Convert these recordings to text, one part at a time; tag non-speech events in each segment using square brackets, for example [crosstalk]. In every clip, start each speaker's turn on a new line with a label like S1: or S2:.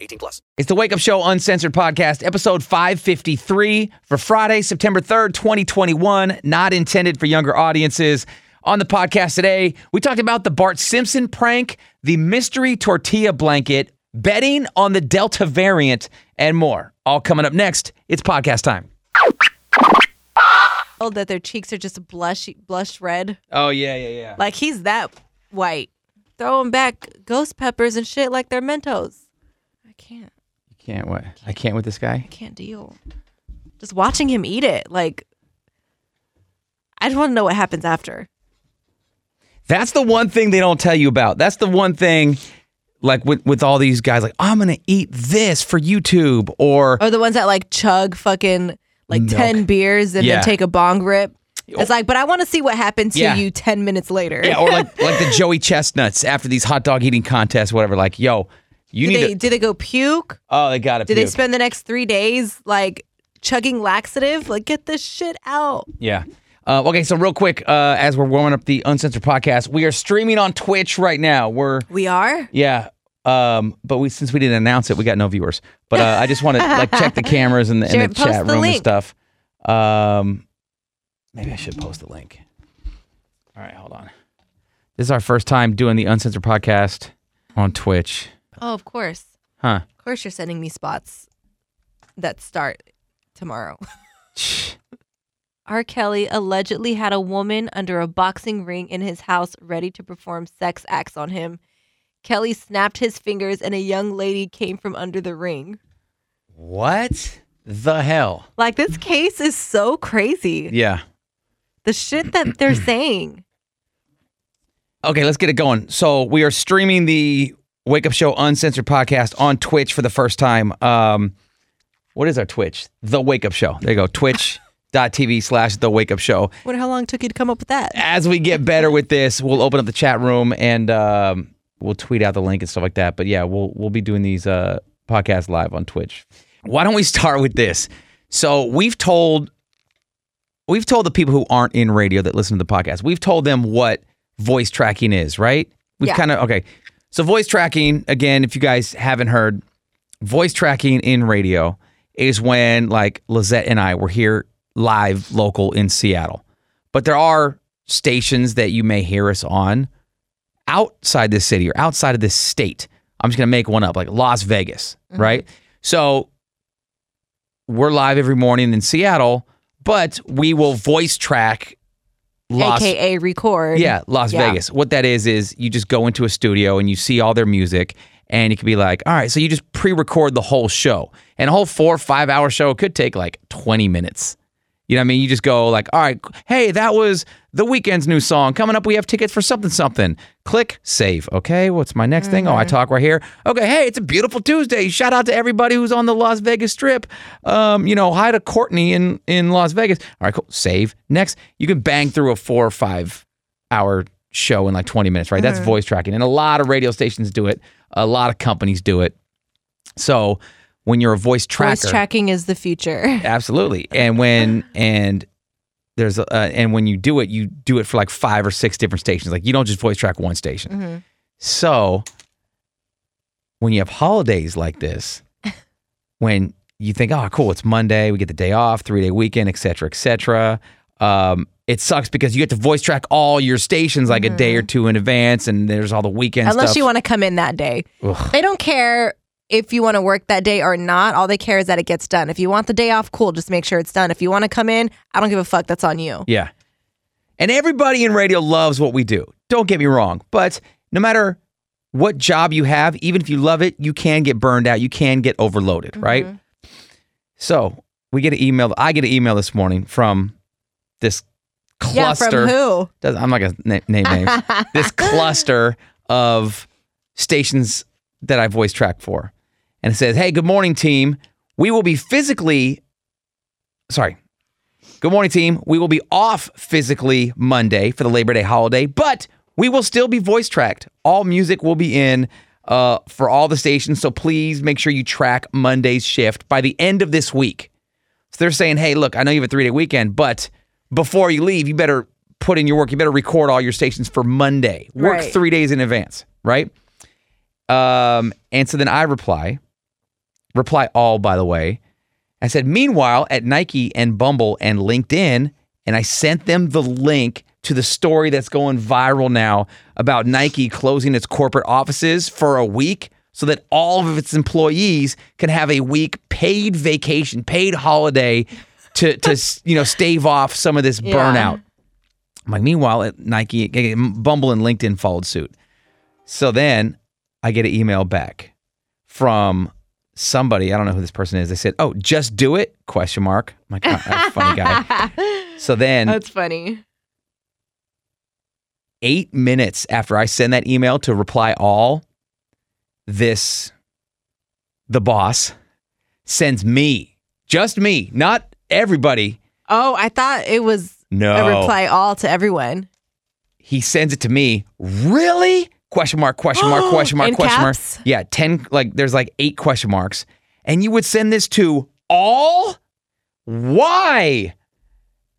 S1: 18 plus.
S2: It's the Wake Up Show Uncensored Podcast, episode 553 for Friday, September 3rd, 2021. Not intended for younger audiences. On the podcast today, we talked about the Bart Simpson prank, the mystery tortilla blanket, betting on the Delta variant, and more. All coming up next. It's podcast time.
S3: told that their cheeks are just blush blush red.
S2: Oh, yeah, yeah, yeah.
S3: Like he's that white. Throw him back ghost peppers and shit like they're Mentos. I can't.
S2: Can't what? I can't with this guy.
S3: I can't deal. Just watching him eat it, like I just want to know what happens after.
S2: That's the one thing they don't tell you about. That's the one thing, like with, with all these guys, like, I'm going to eat this for YouTube or
S3: Or the ones that like chug fucking like
S2: Milk.
S3: ten beers and
S2: Yeah.
S3: then take a bong rip. It's like, but I want to see what happened to
S2: Yeah.
S3: you ten minutes later.
S2: Yeah, oh, or like like the Joey Chestnuts after these hot dog eating contests, whatever. Like, yo, you
S3: did
S2: need
S3: they
S2: to.
S3: did they go puke?
S2: Oh, they got it.
S3: Did they spend the next three days like chugging laxative? Like get this shit out.
S2: Yeah. Uh, okay, so real quick, uh, as we're warming up the uncensored podcast, we are streaming on Twitch right now. We're
S3: We are.
S2: yeah. Um, but we since we didn't announce it, we got no viewers. But uh, I just want to like check
S3: [laughs]
S2: the cameras and the, and
S3: Jared,
S2: the
S3: post
S2: chat room
S3: the
S2: and
S3: link.
S2: stuff. Um, maybe I should post the link. All right, hold on. This is our first time doing the uncensored podcast on Twitch,
S3: Oh, of course.
S2: huh?
S3: Of course, you're sending me spots that start tomorrow. [laughs] R. Kelly allegedly had a woman under a boxing ring in his house ready to perform sex acts on him. Kelly snapped his fingers and a young lady came from under the ring.
S2: What the hell?
S3: Like, this case is so crazy.
S2: Yeah.
S3: The shit that
S2: [clears throat]
S3: they're saying.
S2: Okay, let's get it going. So we are streaming the Wake Up Show Uncensored podcast on Twitch for the first time. Um, what is our Twitch? The Wake Up Show. There you go. [laughs] Twitch.tv slash The Wake Up Show.
S3: Wonder how long it took you to come up with that.
S2: As we get better with this, we'll open up the chat room and um, we'll tweet out the link and stuff like that. But yeah, we'll we'll be doing these uh, podcasts live on Twitch. Why don't we start with this? So we've told we've told the people who aren't in radio that listen to the podcast, we've told them what voice tracking is, right? We've
S3: Yeah.
S2: kind of okay. So voice tracking, again, if you guys haven't heard, voice tracking in radio is when like Lizette and I were here live local in Seattle. But there are stations that you may hear us on outside this city or outside of this state. I'm just going to make one up, like Las Vegas, right? So we're live every morning in Seattle, but we will voice track Las
S3: AKA record.
S2: yeah, Las
S3: Yeah.
S2: Vegas. What that is is you just go into a studio and you see all their music, and you could be like, all right, so you just pre-record the whole show, and a whole four or five hour show could take like twenty minutes. You know what I mean? You just go like, all right, hey, that was the weekend's new song. Coming up, we have tickets for something, something. Click, save. Okay, what's my next thing? Oh, I talk right here. Okay, hey, it's a beautiful Tuesday. Shout out to everybody who's on the Las Vegas Strip. Um, you know, hi to Courtney in in Las Vegas. All right, cool. Save. Next, you can bang through a four or five hour show in like 20 minutes, right? That's voice tracking. And a lot of radio stations do it. A lot of companies do it. So when you're a voice tracker,
S3: Voice tracking is the future. [laughs]
S2: absolutely. And when and there's a, uh, and when you do it, you do it for like five or six different stations. Like you don't just voice track one station.
S3: Mm-hmm.
S2: So when you have holidays like
S3: [laughs]
S2: this, when you think, oh, cool, it's Monday, we get the day off, three day weekend, et cetera, et cetera. Um, it sucks because you get to voice track all your stations like a day or two in advance, and there's all the weekend
S3: Mm-hmm. Unless
S2: stuff.
S3: you want to come in that day.
S2: Ugh.
S3: They don't care if you want to work that day or not. All they care is that it gets done. If you want the day off, cool. Just make sure it's done. If you want to come in, I don't give a fuck. That's on you.
S2: Yeah. And everybody in radio loves what we do. Don't get me wrong. But no matter what job you have, even if you love it, you can get burned out. You can get overloaded,
S3: Mm-hmm.
S2: right? So we get an email. I get an email this morning from this
S3: Yeah,
S2: cluster.
S3: from who?
S2: Does- I'm not going to na- name
S3: [laughs]
S2: names. this cluster of stations that I voice track for. and it says, Hey, good morning, team. We will be physically, sorry. Good morning, team. We will be off physically Monday for the Labor Day holiday, but we will still be voice tracked. All music will be in uh, for all the stations. So please make sure you track Monday's shift by the end of this week. So they're saying, hey, look, I know you have a three day weekend, but before you leave, you better put in your work. You better record all your stations for Monday. Work
S3: Right.
S2: three days in advance, right? Um, and so then I reply, reply all, by the way. I said, meanwhile, at Nike and Bumble and LinkedIn, and I sent them the link to the story that's going viral now about Nike closing its corporate offices for a week so that all of its employees can have a week paid vacation, paid holiday to, to you know, stave off some of this
S3: Yeah.
S2: burnout. I'm like, meanwhile, at Nike, Bumble and LinkedIn followed suit. So then I get an email back from somebody. I don't know who this person is. They said, "Oh, just do it?" Question mark. I'm like, oh, that's a funny
S3: [laughs]
S2: guy. So then,
S3: That's funny.
S2: eight minutes after I send that email to reply all, this the boss sends me, just me, not everybody.
S3: Oh, I thought it was a
S2: No,
S3: reply all to everyone.
S2: he sends it to me. Really? Question mark, question
S3: [gasps]
S2: mark, question mark,
S3: In
S2: question
S3: caps?
S2: mark. Yeah, 10, like there's like eight question marks. And you would send this to all? Why?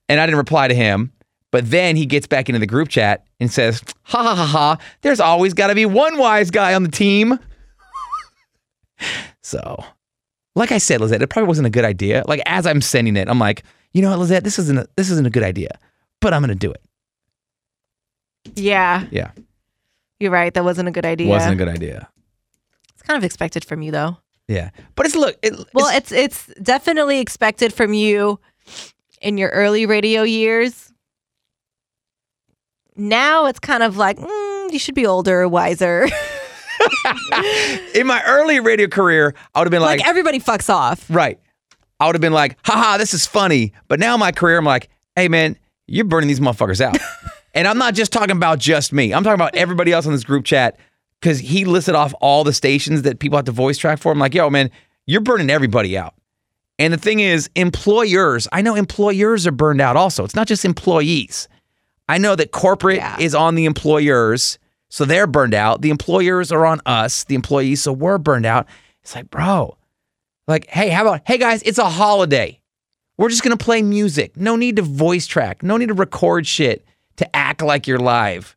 S2: And I didn't reply to him. But then he gets back into the group chat and says, ha ha ha ha, there's always got to be one wise guy on the team. [laughs] so, like I said, Lizette, it probably wasn't a good idea. Like as I'm sending it, I'm like, you know what, Lizette, this isn't a, this isn't a good idea, but I'm going to do it.
S3: Yeah,
S2: Yeah.
S3: you're right. That wasn't a good idea.
S2: Wasn't a good idea.
S3: It's kind of expected from you, though.
S2: Yeah, but it's look. It,
S3: Well,
S2: it's,
S3: it's it's definitely expected from you in your early radio years. Now it's kind of like mm, you should be older, wiser. [laughs]
S2: [laughs] in my early radio career, I would have been
S3: like,
S2: like,
S3: everybody fucks off.
S2: right. I would have been like, haha, this is funny. But now in my career, I'm like, hey man, you're burning these motherfuckers out. and I'm not just talking about just me. I'm talking about everybody else on this group chat because he listed off all the stations that people have to voice track for. I'm like, yo, man, you're burning everybody out. And the thing is, employers, I know employers are burned out also. It's not just employees. I know that corporate
S3: Yeah.
S2: is on the employers, so they're burned out. The employers are on us, the employees, so we're burned out. It's like, bro, like, hey, how about, hey guys, it's a holiday. We're just gonna play music. No need to voice track. No need to record shit to act like you're live.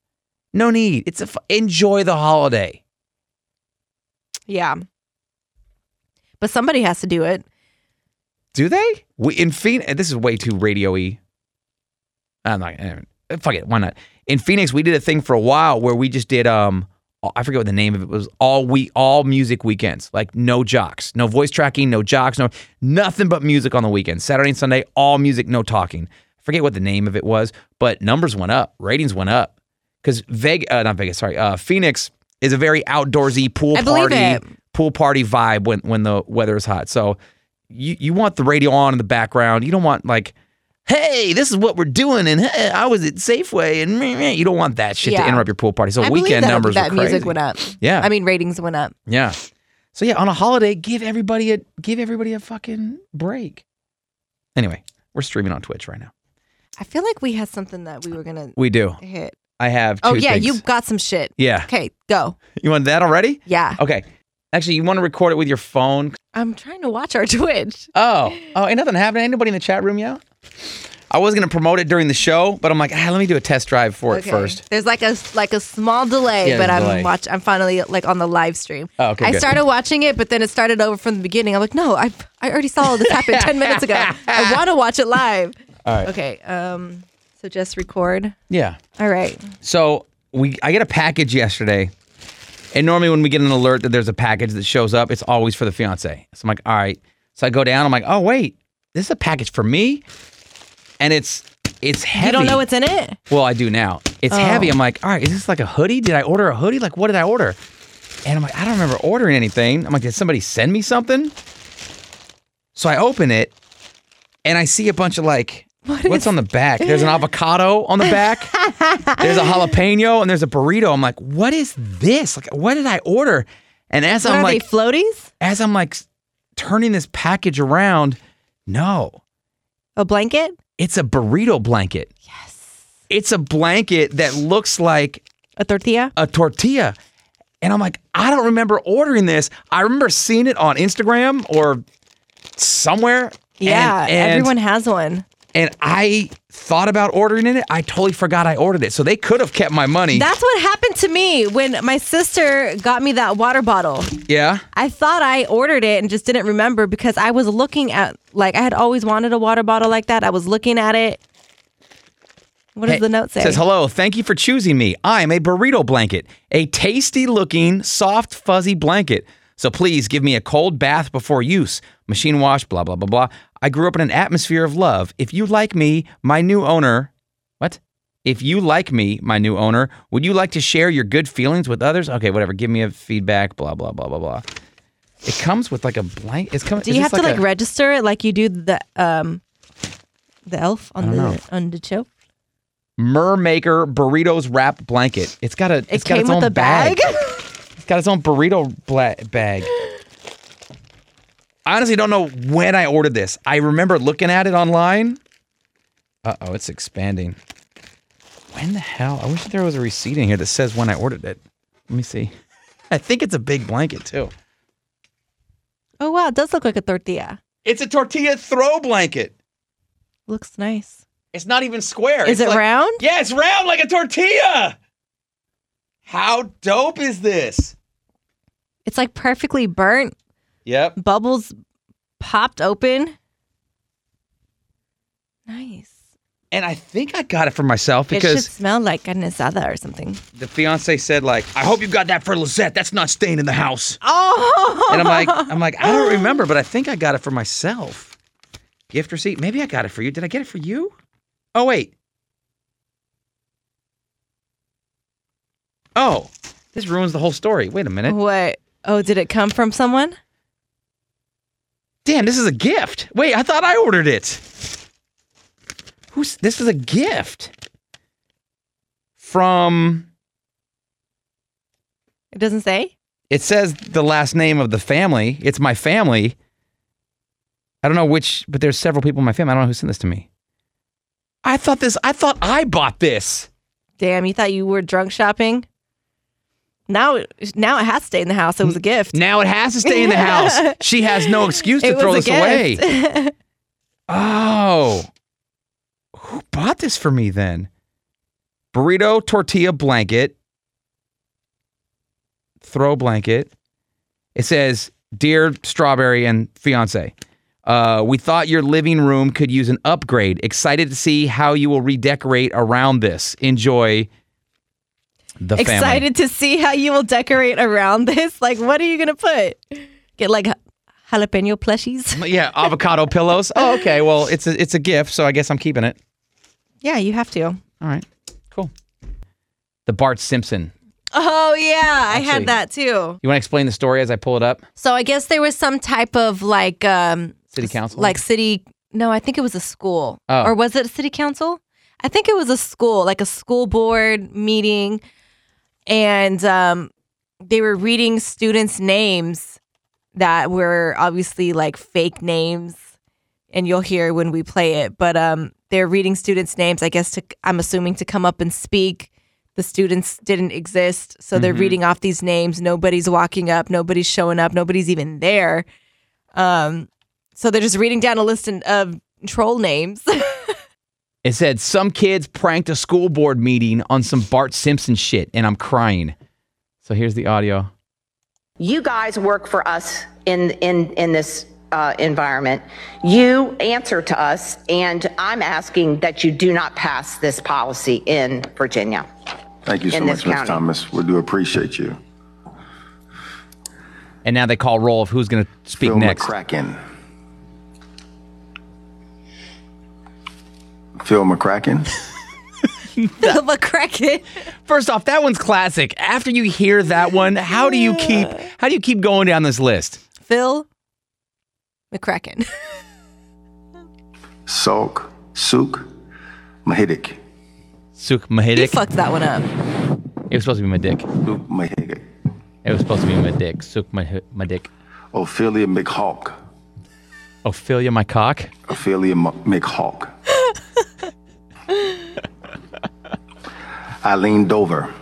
S2: No need. It's a f- enjoy the holiday.
S3: Yeah, but somebody has to do it.
S2: Do they? We in Phoenix. This is way too radio-y. I'm not. eh, Fuck it. Why not? In Phoenix, we did a thing for a while where we just did. Um, I forget what the name of it was. All we all music weekends. Like no jocks, no voice tracking, no jocks, no nothing but music on the weekends. Saturday and Sunday, all music, no talking. I forget what the name of it was, but numbers went up, ratings went up because Vegas, uh, not Vegas, sorry, uh, Phoenix is a very outdoorsy pool
S3: I believe
S2: party
S3: it.
S2: pool party vibe when when the weather is hot. So you you want the radio on in the background. You don't want like, hey, this is what we're doing, and hey, I was at Safeway, and meh, meh." you don't want that shit to
S3: Yeah.
S2: interrupt your pool party. So
S3: I believe
S2: weekend
S3: that,
S2: numbers
S3: that
S2: were
S3: music
S2: crazy.
S3: went up.
S2: Yeah.
S3: I mean ratings went up.
S2: yeah. So yeah, on a holiday, give everybody a give everybody a fucking break. Anyway, we're streaming on Twitch right now.
S3: I feel like we had something that we were gonna
S2: We do.
S3: hit.
S2: I have. two
S3: Oh yeah,
S2: things.
S3: you got some shit.
S2: Yeah,
S3: Okay, go.
S2: you want that already?
S3: Yeah,
S2: Okay. Actually, you want to record it with your phone?
S3: I'm trying to watch our [laughs] Twitch.
S2: Oh, oh, ain't nothing happening. Ain't nobody in the chat room yet. I was gonna promote it during the show, but I'm like, ah, let me do a test drive for it
S3: Okay.
S2: first.
S3: There's like a like a small delay,
S2: Yeah,
S3: but
S2: there's a
S3: I'm
S2: delay.
S3: watch. I'm finally like on the live stream.
S2: Oh, okay,
S3: I
S2: good.
S3: started watching it, but then it started over from the beginning. I'm like, no, I I already saw all this happen ten minutes ago.
S2: [laughs]
S3: I want to watch it live.
S2: All right.
S3: Okay. Um. So just record.
S2: Yeah.
S3: All right.
S2: So we, I get a package yesterday, and normally when we get an alert that there's a package that shows up, it's always for the fiance. So I'm like, all right. So I go down. I'm like, oh wait, this is a package for me, and it's it's heavy.
S3: You don't know what's in it.
S2: Well, I do now.
S3: Oh.
S2: It's heavy. I'm like, all right, is this like a hoodie? Did I order a hoodie? Like, what did I order? And I'm like, I don't remember ordering anything. I'm like, did somebody send me something? So I open it and I see a bunch of like, what's on the back?
S3: [laughs]
S2: There's an avocado on the back, there's a jalapeno, and there's a burrito. I'm like, what is this? Like, what did I order? And as
S3: What
S2: I'm
S3: are
S2: like,
S3: they floaties?
S2: as I'm like s- turning this package around, no,
S3: A blanket?
S2: it's a burrito blanket. Yes. It's a blanket that looks like
S3: A tortilla?
S2: a tortilla. And I'm like, I don't remember ordering this. I remember seeing it on Instagram or somewhere. And-
S3: Yeah,
S2: and-
S3: everyone has one.
S2: And I thought about ordering it. I totally forgot I ordered it. So they could have kept my money.
S3: That's what happened to me when my sister got me that water bottle.
S2: yeah.
S3: I thought I ordered it and just didn't remember because I was looking at like I had always wanted a water bottle like that. I was looking at it. What does
S2: Hey,
S3: the note say?
S2: Says hello. Thank you for choosing me. I'm a burrito blanket, a tasty-looking, soft, fuzzy blanket. So please give me a cold bath before use. Machine wash. Blah blah blah blah. I grew up in an atmosphere of love. If you like me, my new owner. What? If you like me, my new owner, would you like to share your good feelings with others? Okay, whatever. Give me a feedback. Blah blah blah blah blah. It comes with like a blank. It's coming.
S3: do you have to like register it like you do the um the elf on the
S2: know.
S3: on the show?
S2: Mermaker burritos wrap blanket. It's got a.
S3: It
S2: it's got
S3: came
S2: its own
S3: with a bag.
S2: It's got its own burrito bla- bag. I honestly don't know when I ordered this. I remember looking at it online. Uh oh, it's expanding. When the hell? I wish there was a receipt in here that says when I ordered it. Let me see. [laughs] I think it's a big blanket too.
S3: [laughs] oh wow, it does look like a tortilla.
S2: It's a tortilla throw blanket.
S3: Looks nice.
S2: It's not even square. It's
S3: Is it
S2: like-
S3: round?
S2: Yeah, it's round like a tortilla. How dope is this?
S3: It's like perfectly burnt,
S2: Yep.
S3: bubbles popped open. Nice.
S2: And I think I got it for myself
S3: it
S2: because
S3: should smell like an asada or something.
S2: the fiance said like, "I hope you got that for Lizette. That's not staying in the house."
S3: Oh, [laughs]
S2: And I'm like, I'm like, I don't remember, but I think I got it for myself. Gift receipt? Maybe I got it for you. Did I get it for you? Oh wait. Oh, this ruins the whole story. Wait a minute.
S3: what? Oh, did it come from someone?
S2: Damn, this is a gift. Wait, I thought I ordered it. Who's this is a gift from
S3: It doesn't say.
S2: It says the last name of the family. It's my family. I don't know which, but there's several people in my family. I don't know who sent this to me. I thought this, I thought I bought this.
S3: Damn, you thought you were drunk shopping. Now, now it has to stay in the house. It was a gift.
S2: Now it has to stay in
S3: [laughs]
S2: the house. She has no excuse to
S3: it
S2: throw
S3: was
S2: this
S3: a gift. [laughs]
S2: away. Oh. Who bought this for me then? Burrito tortilla blanket. Throw blanket. It says, Dear Strawberry and Fiance, uh, we thought your living room could use an upgrade. Excited to see how you will redecorate around this. Enjoy the family.
S3: Excited to see how you will decorate around this. [laughs] Like, what are you gonna put? Get like jalapeno plushies.
S2: Yeah, avocado pillows. Oh, okay. Well, it's a, it's a gift, so I guess I'm keeping it.
S3: Yeah, you have to.
S2: All right, cool. The Bart Simpson.
S3: Oh yeah, I
S2: Actually-
S3: had that too.
S2: You want to explain the story as I pull it up?
S3: So I guess there was some type of like um
S2: City council?
S3: like city no, I think it was a school.
S2: Oh.
S3: Or was it a city council? I think it was a school, like a school board meeting and um they were reading students' names that were obviously like fake names and you'll hear when we play it, but um they're reading students' names I guess to I'm assuming to come up and speak. The students didn't exist, so
S2: Mm-hmm.
S3: they're reading off these names. Nobody's walking up, nobody's showing up, nobody's even there. Um so they're just reading down a list in- of troll names. [laughs]
S2: It said some kids pranked a school board meeting on some Bart Simpson shit, and I'm crying. So here's the audio.
S4: you guys work for us in in in this uh, environment. You answer to us, and I'm asking that you do not pass this policy in Virginia.
S5: Thank you so
S4: in this
S5: much, Ms.
S4: county.
S5: Thomas. We do appreciate you.
S2: And now they call roll of who's going to speak
S5: Phil
S2: next.
S5: McCracken. Phil McCracken.
S3: Bill McCracken.
S2: First off, that one's classic. After you hear that one, how do you keep how do you keep going down this list?
S3: Phil McCracken. [laughs]
S5: Salk. Suk. Mahidic.
S2: Suk
S3: He
S2: Mahidic.
S3: fucked that one up.
S2: It was supposed to be my dick.
S5: Luke Mahidic.
S2: It was supposed to be my dick. Suk my, my dick.
S5: Ophelia McHawk.
S2: Ophelia, my cock.
S5: Ophelia M- McHawk. Eileen Dover.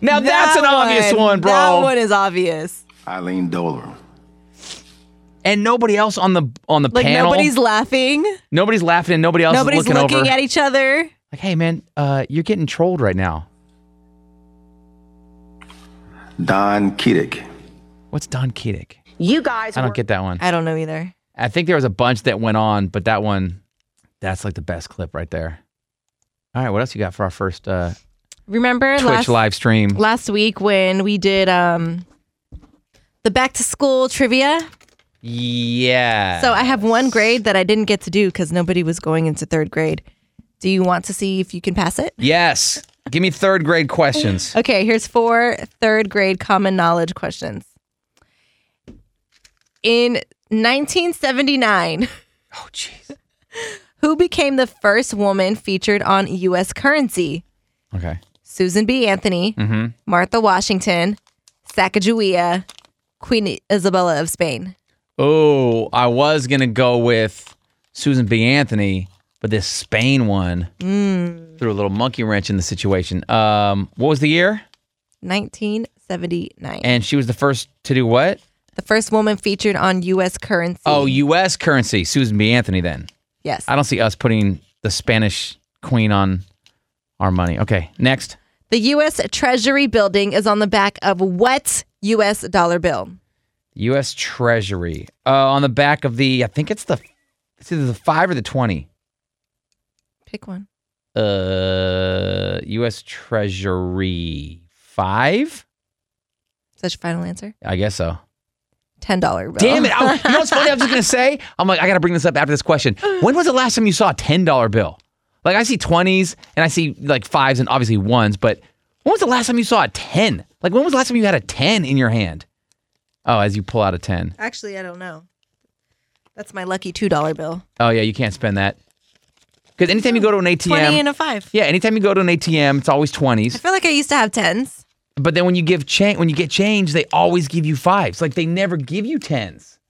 S2: Now that's an
S3: That
S2: obvious one, bro.
S3: That one is obvious.
S5: Eileen Dover.
S2: And nobody else on the on the
S3: Like
S2: panel.
S3: nobody's laughing.
S2: nobody's laughing and nobody else
S3: Nobody's
S2: is looking,
S3: looking,
S2: over.
S3: at each other.
S2: like, hey man, uh, you're getting trolled right now.
S5: Don Kiddick.
S2: What's Don Kedick?
S4: You guys
S2: I
S4: work
S2: don't get that one.
S3: I don't know either.
S2: I think there was a bunch that went on, but that one, that's like the best clip right there. All right, what else you got for our first uh,
S3: Remember
S2: Twitch
S3: last
S2: live stream?
S3: last week when we did um the back to school trivia?
S2: Yeah.
S3: So I have one grade that I didn't get to do because nobody was going into third grade. Do you want to see if you can pass it?
S2: yes. Give me third grade
S3: [laughs]
S2: questions.
S3: Okay, here's four third grade common knowledge questions. In 1979,
S2: [laughs] Oh, jeez.
S3: who became the first woman featured on U.S. currency?
S2: Okay.
S3: Susan B. Anthony,
S2: Mm-hmm.
S3: Martha Washington, Sacagawea, Queen Isabella of Spain.
S2: Oh, I was gonna go with Susan B. Anthony, but this Spain one
S3: Mm.
S2: threw a little monkey wrench in the situation. Um, what was the year?
S3: 1979.
S2: And she was the first to do what?
S3: the first woman featured on U.S. currency.
S2: Oh, U.S. currency. Susan B. Anthony. Then
S3: yes.
S2: I don't see us putting the Spanish queen on our money. Okay, next.
S3: The U.S. Treasury building is on the back of what U.S. dollar bill?
S2: U.S. Treasury uh, on the back of the. I think it's the. It's either the five or the twenty.
S3: Pick one.
S2: Uh, U.S. Treasury five.
S3: Is that your final answer?
S2: I guess so.
S3: $10 bill.
S2: Damn
S3: [laughs]
S2: it! I, you know what's funny? I was just gonna say. I'm like, I gotta bring this up after this question. When was the last time you saw a ten dollar bill? Like, I see twenties and I see like fives and obviously ones, but when was the last time you saw a ten? Like, when was the last time you had a ten in your hand? Oh, as you pull out a ten.
S3: Actually, I don't know. That's my lucky $2 bill.
S2: Oh yeah, you can't spend that. Because anytime you go to an ATM,
S3: 20 and a 5.
S2: yeah, anytime you go to an ATM, it's always
S3: I
S2: twenties.
S3: feel like I used to have 10s.
S2: But then when you give change, when you get change, they always give you fives. Like they never give you tens.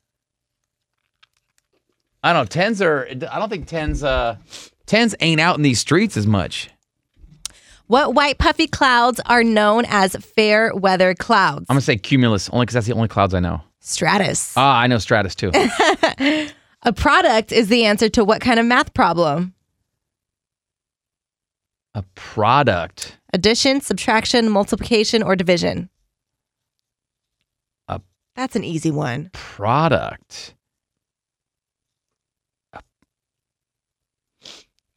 S2: I don't know. Tens are. I don't think tens. Uh, tens ain't out in these streets as much.
S3: What white puffy clouds are known as fair weather clouds?
S2: I'm gonna say cumulus only because that's the only clouds I know.
S3: Stratus.
S2: Ah, I know stratus
S3: [laughs]
S2: too.
S3: a product is the answer to what kind of math problem?
S2: A product.
S3: Addition, subtraction, multiplication, or division?
S2: A-
S3: That's an easy one. [laughs]
S2: Product.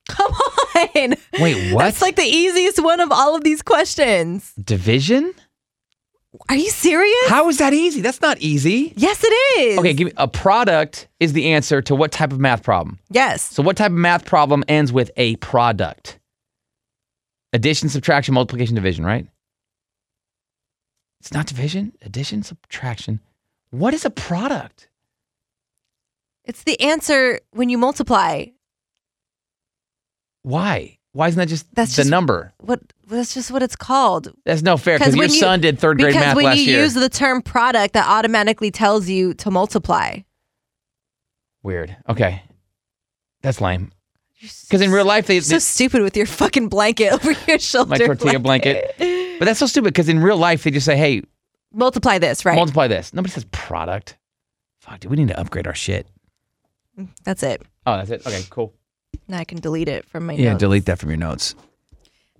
S3: Come on.
S2: Wait, what?
S3: That's like the easiest one of all of these questions.
S2: division.
S3: Are you serious?
S2: How is that easy? That's not easy.
S3: Yes, it is.
S2: Okay, give me a product is the answer to what type of math problem.
S3: Yes.
S2: So, what type of math problem ends with a product? Addition, subtraction, multiplication, division, right? It's not division, addition, subtraction. What is a product?
S3: It's the answer when you multiply.
S2: Why? Why isn't that just
S3: That's
S2: the
S3: just-
S2: number?
S3: What that's just what it's called.
S2: That's no fair because your
S3: when you-
S2: son did third grade
S3: because
S2: math
S3: when
S2: last
S3: you
S2: year.
S3: use the term product, that automatically tells you to multiply.
S2: Weird. Okay. That's lame. Because in real life, they,
S3: So stupid with your fucking blanket [laughs] over your shoulder.
S2: my tortilla blanket. But that's so stupid because in real life, they just say, hey,
S3: Multiply this, right?
S2: multiply this. Nobody says product. Fuck, dude, we need to upgrade our shit.
S3: That's it.
S2: Oh, that's it. Okay, cool.
S3: Now I can delete it from my
S2: Yeah,
S3: notes.
S2: delete that from your notes.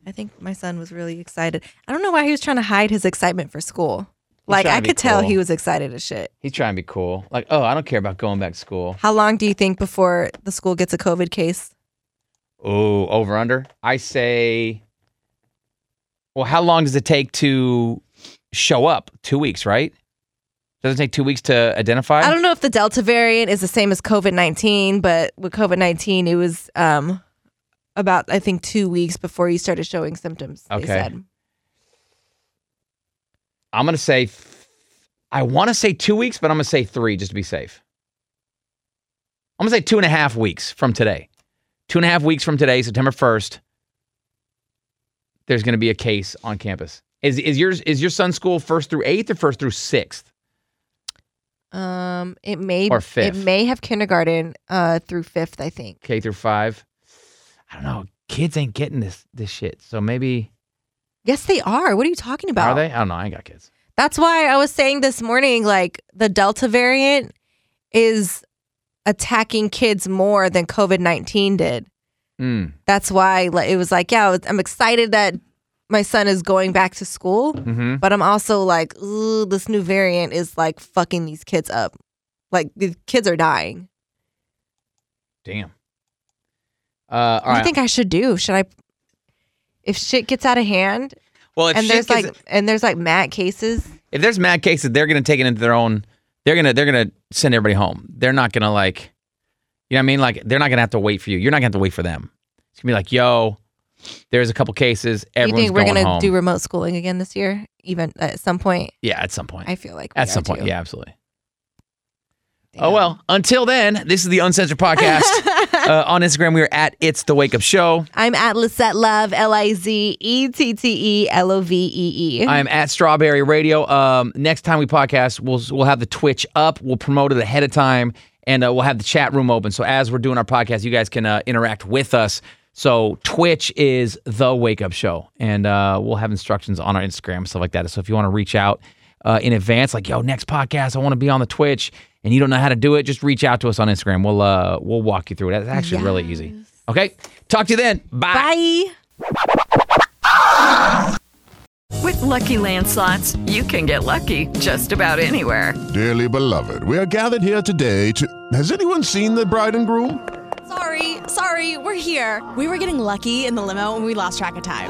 S3: I think my son was really excited. I don't know why he was trying to hide his excitement for school. Like
S2: trying
S3: I
S2: to be
S3: could tell
S2: cool.
S3: he was excited as shit.
S2: He's trying to be cool. Like, oh, I don't care about going back to school.
S3: How long do you think before the school gets a COVID case?
S2: Oh, over under. I say, well, how long does it take to show up? Two weeks, right? Does it take two weeks to identify?
S3: I don't know if the Delta variant is the same as COVID nineteen, but with COVID nineteen, it was um, about I think two weeks before you started showing symptoms. They
S2: Okay.
S3: said.
S2: I'm gonna say, I want to say two weeks, but I'm gonna say three just to be safe. I'm gonna say two and a half weeks from today. Two and a half weeks from today, September first. There's gonna be a case on campus. Is is yours is your son's school first through eighth or first through sixth?
S3: Um, it may
S2: Or fifth.
S3: It may have kindergarten uh through fifth. I think.
S2: K through five. I don't know. Kids ain't getting this this shit. So maybe
S3: Yes, they are. What are you talking about?
S2: are they? I don't know. I ain't got kids.
S3: That's why I was saying this morning, like the Delta variant is attacking kids more than COVID nineteen did.
S2: Mm.
S3: That's why like, it was like, yeah, I was- I'm excited that my son is going back to school,
S2: Mm-hmm.
S3: but I'm also like, ooh, this new variant is like fucking these kids up. Like the kids are dying.
S2: Damn. Uh, all
S3: what do
S2: right.
S3: you think I should do? Should I? If shit gets out of hand,
S2: well, if
S3: and
S2: shit
S3: there's
S2: gets-
S3: like and there's like mad cases.
S2: if there's mad cases, they're gonna take it into their own. They're gonna they're gonna send everybody home. They're not gonna like, you know what I mean? Like they're not gonna have to wait for you. You're not gonna have to wait for them. It's gonna be like, yo, there's a couple cases. Everyone's
S3: you think we're
S2: going
S3: gonna
S2: home.
S3: do remote schooling again this year? Even at some point,
S2: yeah, at some point.
S3: I feel like we
S2: at
S3: are
S2: some point,
S3: too.
S2: yeah, absolutely.
S3: Damn.
S2: Oh well. Until then, this is the Uncensored
S3: [laughs]
S2: Podcast. uh, on Instagram, we are at It's the Wake Up Show.
S3: I'm at Lisette Love, L I Z E T T E L O V E E.
S2: I am at Strawberry Radio. Um, next time we podcast, we'll we'll have the Twitch up. We'll promote it ahead of time, and uh, we'll have the chat room open. So as we're doing our podcast, you guys can uh, interact with us. So Twitch is the Wake Up Show, and uh, we'll have instructions on our Instagram stuff like that. So if you want to reach out uh, in advance, like yo, next podcast, I want to be on the Twitch, and you don't know how to do it, just reach out to us on Instagram. We'll uh, we'll walk you through it. It's actually really easy. Okay, talk to you then. Bye.
S3: Bye.
S6: With Lucky Land slots, you can get lucky just about anywhere.
S7: Dearly beloved, we are gathered here today to. Has anyone seen the bride and groom?
S8: Sorry, sorry, we're here. We were getting lucky in the limo and we lost track of time.